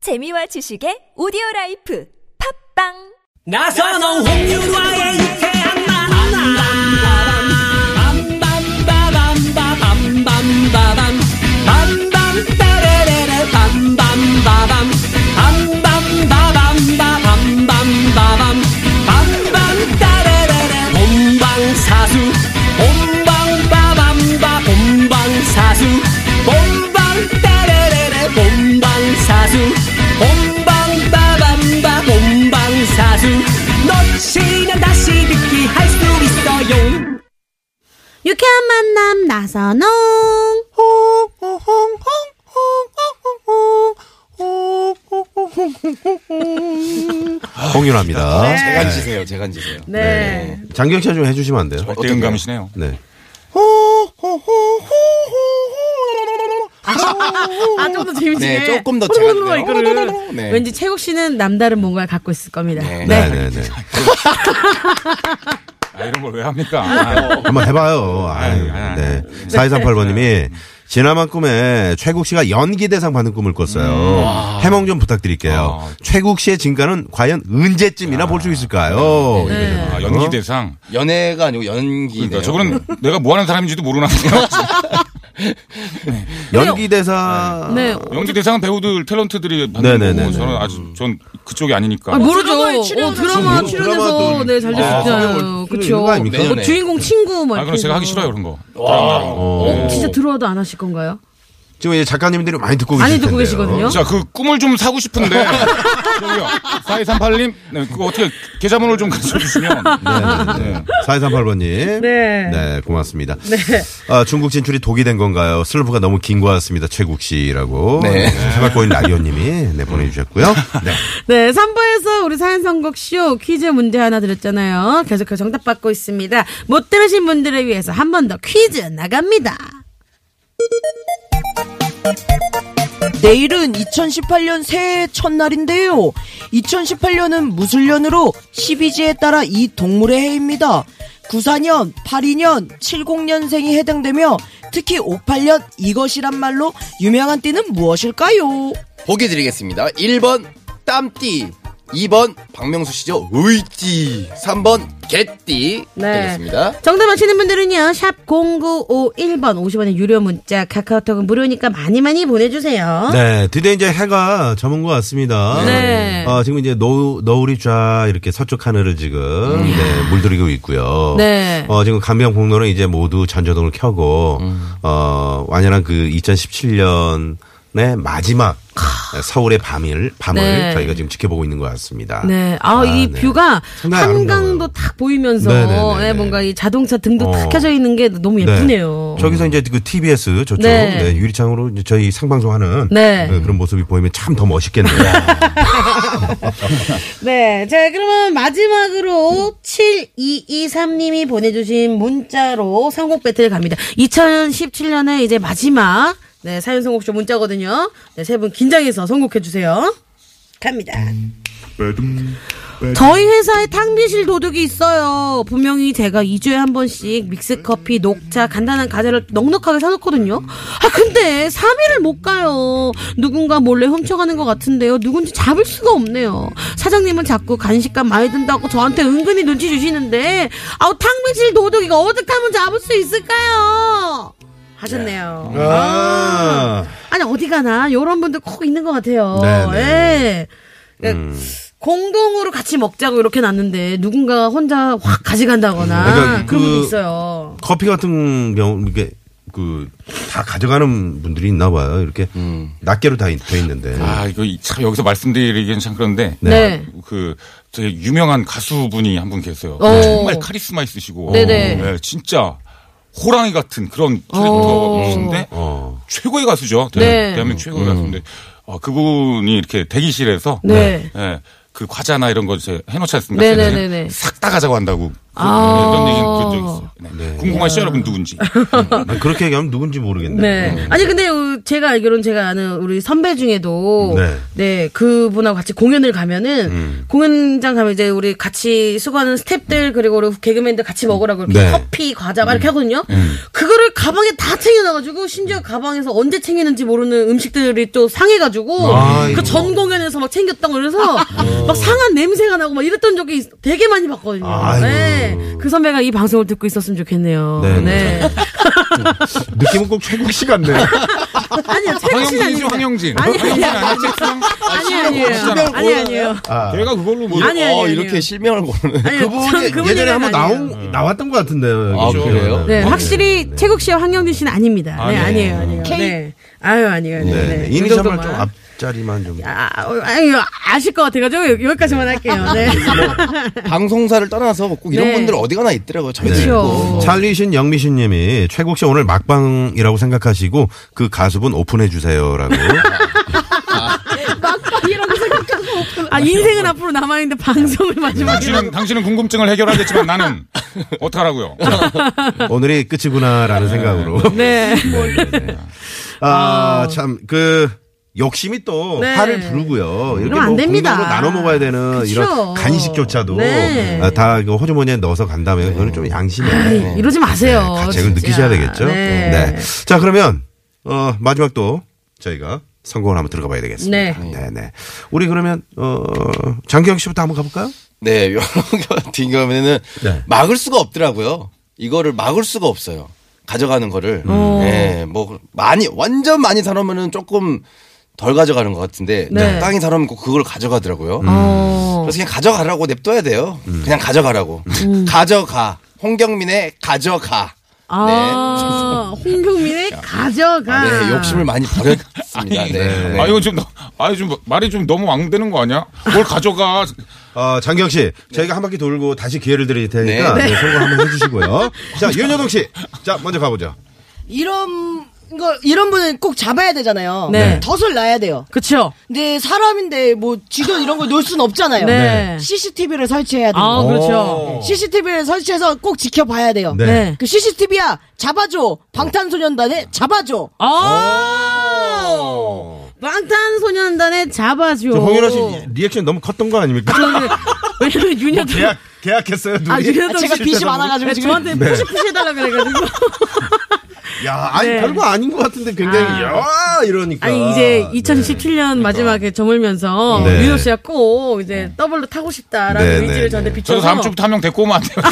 재미와 지식의 오디오 라이프 팝빵! 나선홍 홍유라의 유쾌한 만남 빰빰빠밤빠밤빰빰빠밤 빰빰따레레레 빰빰빠밤 빰빰빠밤빠밤빰빰빠밤 빰빰따레레레 본방사수 본방빠밤빠 본방사수 본방따레레레 본방사수 본방빠밤빠 본방사수 놓치면 다시 듣기 할 수 있어요 유쾌한 만남 나선홍. 홍윤아입니다. 네. 제가 지세요, 제가 지세요. 네. 장경찬 좀 해주시면 안 돼요? 어떤 감이시네요. 네. 아, 좀 더 재밌게. 네, 조금 더 제가 호로로로 그래요. 이거를. 네. 왠지 최국 씨는 남다른 뭔가를 갖고 있을 겁니다. 네. 네네네. 아, 이런 걸 왜 합니까? 한번 해봐요. 아유, 아유, 네. 4238번님이 지난번 꿈에 최국 씨가 연기 대상 받는 꿈을 꿨어요. 해몽 좀 부탁드릴게요. 아. 최국 씨의 진가는 과연 언제쯤이나 볼 수 있을까요? 아, 연기 대상. 연애가 아니고 네. 연기. 그러니까 저거는 내가 뭐 하는 사람인지도 모르나요? 연기 대상. 네. 연기 대상은 배우들 탤런트들이 받는 네네네네. 거고 저는 아주 전 그쪽이 아, 아니니까. 모르죠. 어, 드라마 뭐, 출연해서 드라마도 네, 잘 아, 됐었잖아요. 이런 그쵸. 거 아닙니까? 뭐 주인공 친구 뭐. 아, 그럼 이렇게 제가 하기 해서. 싫어요, 그런 거. 어, 진짜 들어와도 안 하실 건가요? 지금 이제 작가님들이 많이 듣고 계실 많이 듣고 텐데요. 계시거든요. 자, 그 꿈을 좀 사고 싶은데. 저기요. 4238님, 네, 그거 어떻게 계좌번호를 좀 가져주시면. 네네네. 4238번님. 네. 고맙습니다. 아, 중국 진출이 독이 된 건가요? 슬로프가 너무 긴 것 같습니다. 최국 씨라고. 네. 해박고인 라디오님이 네, 보내주셨고요. 네. 네, 3부에서 우리 사연 선곡 쇼 퀴즈 문제 하나 드렸잖아요. 계속해서 정답 받고 있습니다. 못 들으신 분들을 위해서 한 번 더 퀴즈 나갑니다. 내일은 2018년 새해 첫날인데요. 2018년은 무술년으로 12지에 따라 이 동물의 해입니다. 94년, 82년, 70년생이 해당되며 특히 58년 이것이란 말로 유명한 띠는 무엇일까요? 보기 드리겠습니다. 1번 땀띠, 2번 박명수 씨죠. 의띠, 3번 개띠 네. 되겠습니다. 정답 맞히는 분들은요, 샵 0951번 50원의 유료 문자, 카카오톡은 무료니까 많이 많이 보내주세요. 네, 드디어 이제 해가 저은 것 같습니다. 아. 네. 어, 지금 이제 노, 노을이 쫙 이렇게 서쪽 하늘을 지금 네, 물들이고 있고요. 음. 네. 어, 지금 강변북로는 이제 모두 전조등을 켜고 어, 완연한 그 2017년의 마지막 서울의 밤을 밤을 네. 저희가 지금 지켜보고 있는 것 같습니다. 네. 아, 이 네. 뷰가 상당히 한강도 아름다워요. 탁 보이면서 네, 네, 네, 네, 네. 뭔가 이 자동차 등도 탁 어. 켜져 있는 게 너무 예쁘네요. 네. 저기서 이제 그 TBS 저쪽 네. 네, 유리창으로 이제 저희 생방송하는 네. 네, 그런 모습이 보이면 참 더 멋있겠네요. 네. 자, 그러면 마지막으로 7223님이 보내주신 문자로 선곡 배틀 갑니다. 2017년에 이제 마지막 네, 사연 선곡쇼 문자거든요. 네, 세 분 긴장해서 선곡해주세요. 갑니다. 저희 회사에 탕비실 도둑이 있어요. 분명히 제가 2주에 한 번씩 믹스커피, 녹차, 간단한 과자를 넉넉하게 사놓거든요. 아, 근데 3일을 못 가요. 누군가 몰래 훔쳐가는 것 같은데요. 누군지 잡을 수가 없네요. 사장님은 자꾸 간식값 많이 든다고 저한테 은근히 눈치 주시는데, 아우, 탕비실 도둑이가 어떻게 하면 잡을 수 있을까요? 하셨네요. 아. 아니 어디 가나 요런 분들 꼭 있는 것 같아요. 네, 음. 네. 예. 그러니까 공동으로 같이 먹자고 이렇게 놨는데 누군가 혼자 확 가져간다거나 음, 그러니까 그런 분이 그- 있어요. 커피 같은 경우 이게 그 다 가져가는 분들이 있나 봐요. 이렇게 음. 낱개로 다 돼 있는데. 아, 이거 참 여기서 말씀드리기는 참 그런데. 네. 그 되게 유명한 가수분이 한 분 계세요. 어. 정말 카리스마 있으시고. 네네. 네, 진짜 호랑이 같은 그런 캐릭터신데 어. 최고의 가수죠. 대- 네. 대한민국 최고의 가수인데 아, 그분이 이렇게 대기실에서 네. 예, 그 과자나 이런 거 이제 해놓지 않습니까? 네네네네. 싹 다 가자고 한다고 그, 아. 이런 얘기 들은 적 있어요. 네. 궁금하시죠, 여러분 누군지? 아, 그렇게 얘기하면 누군지 모르겠네. 네. 아니 근데 어, 제가 알기로는 제가 아는 우리 선배 중에도 네. 음. 네, 그분하고 같이 공연을 가면은 공연장 가면 이제 우리 같이 수고하는 스탭들 그리고 우리 개그맨들 같이 먹으라고 이렇게 네. 음. 커피 과자 막 이렇게 하거든요. 그거를 가방에 다 챙겨놔가지고 심지어 가방에서 언제 챙기는지 모르는 음식들이 또 상해가지고 아이고. 아. 그 전 공연에 막 챙겼다고 그래서 막 상한 냄새가 나고 막 이랬던 적이 있- 되게 많이 봤거든요. 아이고. 네. 그 선배가 이 방송을 듣고 있었으면 좋겠네요. 네. 네. 느낌은 꼭 최국 씨 같네요. 아니요, 최국 씨는 황영진이죠, 아닙니다. 황영진. 아니, 아니, 황영진 아니야, 책상? 아니, 아니에요. 신경 아니, 아니에요. 아, 걔가 어, 그걸로 뭐. 아니, 아니, 어, 아니요. 이렇게 실명을 고르는. 아니, 그분이 예전에 한번 아니에요. 나온 나왔던 것 같은데요. 아, 그죠? 그래요? 네, 확실히 최국 씨와 황영준 씨는 아닙니다. 네, 아, 아니에요, 아니에요. 네. 아유, 아니에요. 아니에요. 네. 네. 이 이니셜만 정도만. 좀 앞자리만 좀. 아, 아유, 아실 것 같아가지고 여기- 여기까지만 할게요. 네. 방송사를 떠나서 뭐 꼭 이런 네. 분들 어디 가나 있더라고요. 저희도 뭐. 그쵸. 있고. 찰리신 영미신님이 최국 씨 오늘 막방이라고 생각하시고 그 가수분 오픈해 주세요라고. 이라고 생각하고 오픈. 아, 인생은 앞으로 남아있는데 방송을 마지막으로. 당신은, 당신은 궁금증을 해결하겠지만 나는 어떡하라고요. 아, 오늘이 끝이구나라는 생각으로. 네. 아, 참, 그, 욕심이 또 네. 화를 부르고요. 이렇게 이러면 안 뭐 됩니다. 공동으로 나눠 먹어야 되는 그쵸. 이런 간식조차도 네. 아, 다그 호주머니에 넣어서 간다면 그거는 좀 양심에 아이, 네, 이러지 마세요. 어, 가책을 진짜. 네, 느끼셔야 되겠죠. 어, 네. 자, 그러면 어, 마지막 또 저희가 성공을 한번 들어가 봐야 되겠습니다. 네. 네, 네. 우리 그러면 어, 장기영 씨부터 한번 가볼까요? 네, 이런 거 같은 경우에는 네. 막을 수가 없더라고요. 이거를 막을 수가 없어요. 가져가는 거를. 음. 어. 네, 뭐 많이 완전 많이 사놓으면은 조금 덜 가져가는 것 같은데 네. 적당히 사놓으면 꼭 그걸 가져가더라고요. 어. 그래서 그냥 가져가라고 냅둬야 돼요. 그냥 가져가라고. 가져가. 홍경민의 가져가. 아, 홍경민의 가져가. 네, 욕심을 많이 버렸습니다. 네. 네. 아, 이거 좀, 너- 아니, 좀, 말이 좀 너무 왕되는 거 아니야? 뭘 가져가. 어, 장기영 씨, 저희가 한 바퀴 돌고 다시 기회를 드릴 테니까 네. 네, 성공 한번 해주시고요. 자, 윤여동 씨, 자 먼저 가보죠. 이런 걸 이런 분은 꼭 잡아야 되잖아요. 네. 덫을 놔야 돼요. 그쵸. 근데 사람인데 뭐 쥐도 이런 걸 놓을 순 없잖아요. 네. CCTV를 설치해야 돼요. 아, 그렇죠. CCTV를 설치해서 꼭 지켜봐야 돼요. 네. 네. 그 CCTV야 잡아줘 방탄소년단에 잡아줘. 아! 방탄소년단에 잡아줘. 저 홍윤아 씨 리액션 너무 컸던 거 아닙니까? 왜냐면 윤여동 계약 계약했어요 둘이. 아, 윤여동 아, 제가 빚이 많아가지고 지금 네, 저한테 푸시푸시 해달라 그래가지고. 야, 아니 네. 별거 아닌 것 같은데 굉장히 야 이러니까. 아니 이제 2017년 마지막에 저물면서 네. 윤호 씨가 꼭 이제 더블로 타고 싶다라는 네, 의지를 네, 저한테 네. 저도 비춰서 다음 주부터 한 명 데리고 오면 안 네, 돼요.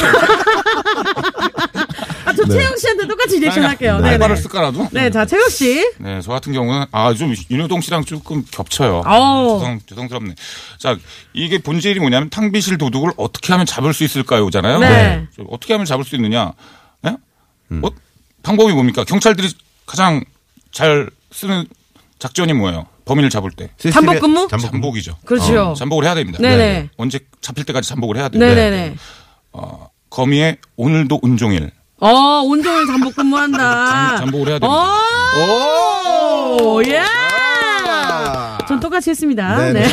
아, 저 채영 씨한테 똑같이 리액션 할게요. 네, 네. 알바를 쓸까라도. 네, 자 채영 씨. 네, 저 같은 경우는 아 좀 윤효동 씨랑 조금 겹쳐요. 아우. 죄송, 죄송스럽네. 자, 이게 본질이 뭐냐면 탕비실 도둑을 어떻게 하면 잡을 수 있을까요?잖아요. 네. 어떻게 하면 잡을 수 있느냐? 예? 음. 어? 방법이 뭡니까? 경찰들이 가장 잘 쓰는 작전이 뭐예요? 범인을 잡을 때 CCTV 잠복 근무? 네. 잠복. 잠복이죠. 그렇죠. 어, 잠복을 해야 됩니다. 네네. 언제 잡힐 때까지 잠복을 해야 돼요. 네네네. 어, 거미의 오늘도 운종일. 어 온종일 잠복 근무한다. 잠- 잠복을 해야 됩니다. 오, 예. 전 똑같이 했습니다. 네, 네. 네.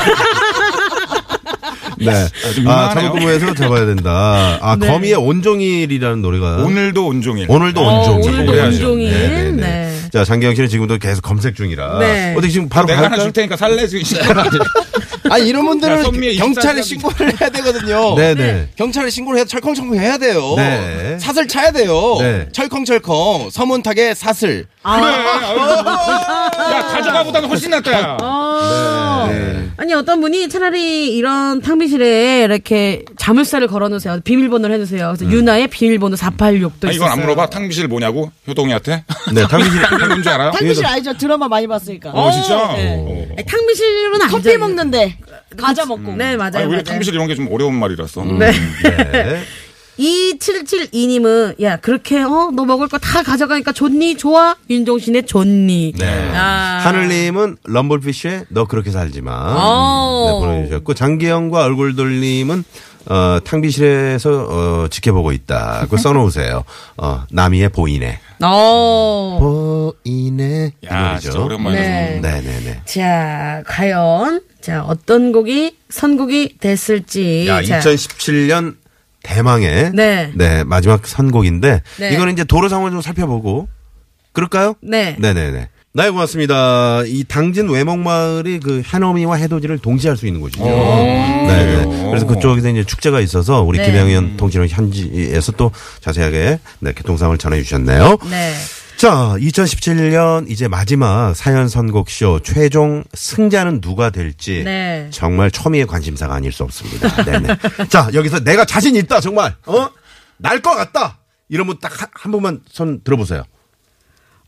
네. 좀 아, 아, 민망하네요. 잠복 근무에서 잡아야 된다. 아, 네. 거미의 온종일이라는 노래가 오늘도 운종일. 네. 오늘도 온종일. 오늘도 그래야죠. 온종일. 네, 네, 네. 네. 자, 장기영 씨는 지금도 계속 검색 중이라. 네. 어떻게 지금 바로 내가 하나 갈까요? 줄 테니까 살래 주인 씨. 아 이런 야, 분들은 선미의 경찰에 24시간 신고를 해야 되거든요. 네, 네. 경찰에 신고를 해서 철컹철컹 해야 돼요. 네. 사슬 차야 돼요. 네. 철컹철컹 서문탁의 사슬. 아, 야 가져가보다는 훨씬 낫다. 야. 아, 어. 아니 어떤 분이 차라리 이런 탕비실에 이렇게 자물쇠를 걸어놓으세요. 비밀번호를 해놓으세요. 그래서 유나의 비밀번호 486도 아, 있어요. 이건 안 물어봐. 탕비실 뭐냐고? 효동이한테? 네, 당신 탕비실 뭔지 알아? 탕비실 알죠? 드라마 많이 봤으니까. 어, 진짜? 네. 아니, 탕비실은 아니죠. 커피 먹는데 과자 먹고. 네 맞아요. 아니, 맞아요. 우리 탕비실 이런 게 좀 어려운 말이라서. 네. 2772님은 야 그렇게 어 너 먹을 거 다 가져가니까 좋니 좋아 윤종신의 좋니. 네. 아. 하늘님은 럼블피쉬의 너 그렇게 살지 어. 마. 네, 오. 보내주셨고, 장기영과 얼굴돌님은, 어, 탕비실에서, 어, 지켜보고 있다. 그 써놓으세요. 어, 남이의 보이네. 어. 보이네. 이 야, 노래죠. 진짜 오랜만에. 네. 네네네. 자 과연 자 어떤 곡이 선곡이 됐을지. 야, 네, 자. 2017년 대망의 네. 마지막 선곡인데 네. 이거는 이제 도로 상황을 좀 살펴보고 그럴까요? 네. 네네네. 네, 고맙습니다. 이 당진 외목마을이 그 해넘이와 해돋이를 동시에 할 수 있는 곳이죠. 네네. 그래서 그쪽에서 이제 축제가 있어서 우리 네. 김영현 통신원 현지에서 또 자세하게 네, 교통상황을 전해 주셨네요. 네. 자, 2017년 이제 마지막 사연 선곡쇼 최종 승자는 누가 될지 네. 정말 초미의 관심사가 아닐 수 없습니다. 네네. 자, 여기서 내가 자신 있다 정말 어? 날 것 같다. 이러면 딱 한 번만 손 들어보세요.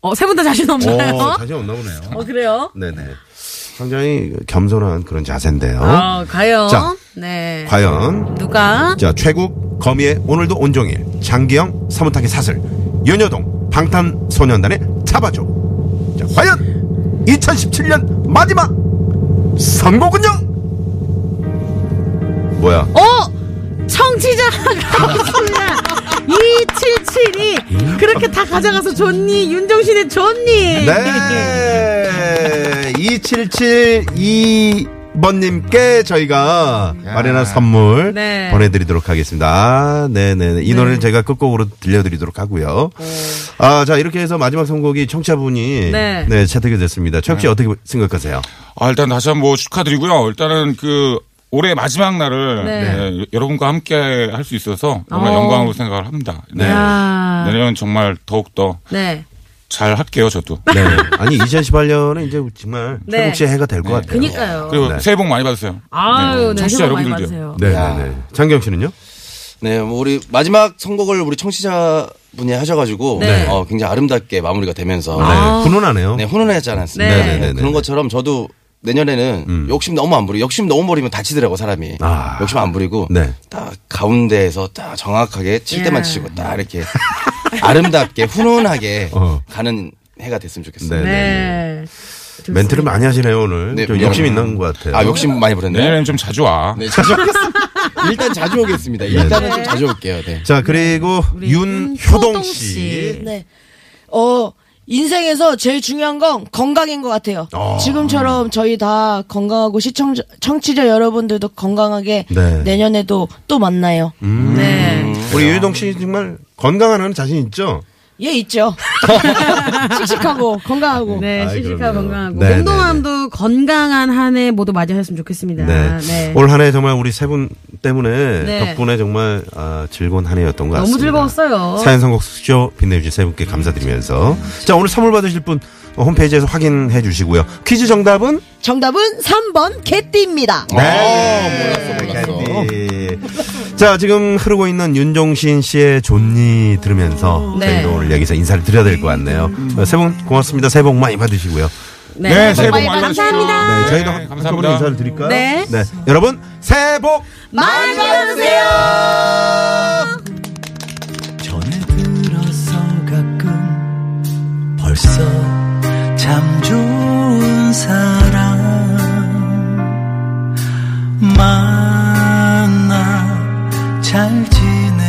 어, 세 분 다 자신 없나요? 오, 자신 없나 보네요. 어, 그래요? 네네. 상당히 겸손한 그런 자세인데요. 아, 과연. 어? 자. 네. 과연 누가? 자 최국 거미의 오늘도 온종일 장기영 사뭇하게 사슬 연여동 방탄소년단의 잡아줘 자 과연 2017년 마지막 선곡은요 뭐야 어! 청취자가 없습니다. 2772. 그렇게 다 가져가서 좋니? 윤정신의 좋니? 네. 네 2772번님께 저희가 마련한 선물 네. 보내드리도록 하겠습니다. 아, 네네. 이 노래를 제가 끝곡으로 들려드리도록 하고요. 아, 자, 이렇게 해서 마지막 선곡이 청취자분이 네. 네. 채택이 됐습니다. 최혁씨 어떻게 생각하세요? 아, 일단 다시 한 번 축하드리고요. 일단은 그 올해 마지막 날을 네. 예, 여러분과 함께 할 수 있어서 정말 어. 영광으로 생각을 합니다. 네. 야. 내년 정말 더욱 더 잘 네. 할게요, 저도. 네. 아니, 2018년에 이제 정말 네. 최국 씨의 해가 될 것 같아요. 그니까요. 그리고 네. 새해 복 많이 받으세요. 아유, 네. 청취자 새해 복 많이 여러분들도요. 받으세요. 네, 네, 네. 장경 씨는요? 네, 뭐 우리 마지막 선곡을 우리 청취자 분이 하셔가지고 네. 어, 굉장히 아름답게 마무리가 되면서 네. 훈훈하네요. 네, 훈훈했지 않았습니까? 네. 네, 음. 네네네. 그런 것처럼 저도 내년에는 욕심 너무 안 부리고 욕심 너무 부리면 다치더라고 사람이 아. 욕심 안 부리고 네. 딱 가운데에서 딱 정확하게 칠 야. 때만 치고 딱 이렇게 아름답게 훈훈하게 어. 가는 해가 됐으면 좋겠어요. 네. 네. 좋습니다. 멘트를 많이 하시네요, 오늘. 네, 좀 미안합니다. 욕심 있는 것 같아요. 아 욕심 많이 부렸네요. 내년에는 좀 자주 와. 네, 자주 오겠습니다. 일단 자주 오겠습니다. 일단은 네. 좀 자주 올게요. 네. 자, 그리고 우리 윤효동 윤효동 씨. 씨. 네. 어, 인생에서 제일 중요한 건 건강인 것 같아요. 어. 지금처럼 저희 다 건강하고 시청자, 청취자 여러분들도 건강하게 네. 내년에도 또 만나요. 네. 우리 유해동 씨 정말 건강한 하는 자신 있죠? 예, 있죠. 씩씩하고 건강하고. 네, 아이, 씩씩하고 그럼요. 건강하고. 네, 공동함도 건강한 한 해 모두 맞이하셨으면 좋겠습니다. 네. 올 한 해 정말 우리 세 분 때문에 네. 덕분에 정말 아, 즐거운 한 해였던 것 너무 같습니다. 즐거웠어요. 사연 선곡 수쇼 빛내주신 세 분께 감사드리면서 자 오늘 선물 받으실 분 홈페이지에서 확인해 주시고요. 퀴즈 정답은 정답은 3번 개띠입니다. 어, 네. 몰랐어, 몰랐어. 네. 자 지금 흐르고 있는 윤종신 씨의 존니 들으면서 네. 저희도 오늘 여기서 인사를 드려야 될 것 같네요. 세 분 고맙습니다. 새해 복 많이 받으시고요. 네. 새해 복 많이 받으세요. 감사합니다. 네, 저희도 네, 한쪽으로 감사합니다. 인사를 드릴까요? 네. 여러분 새해 복 많이 받으세요. 전에 들어서 가끔 벌써 참 좋은 사람 만나 잘 지내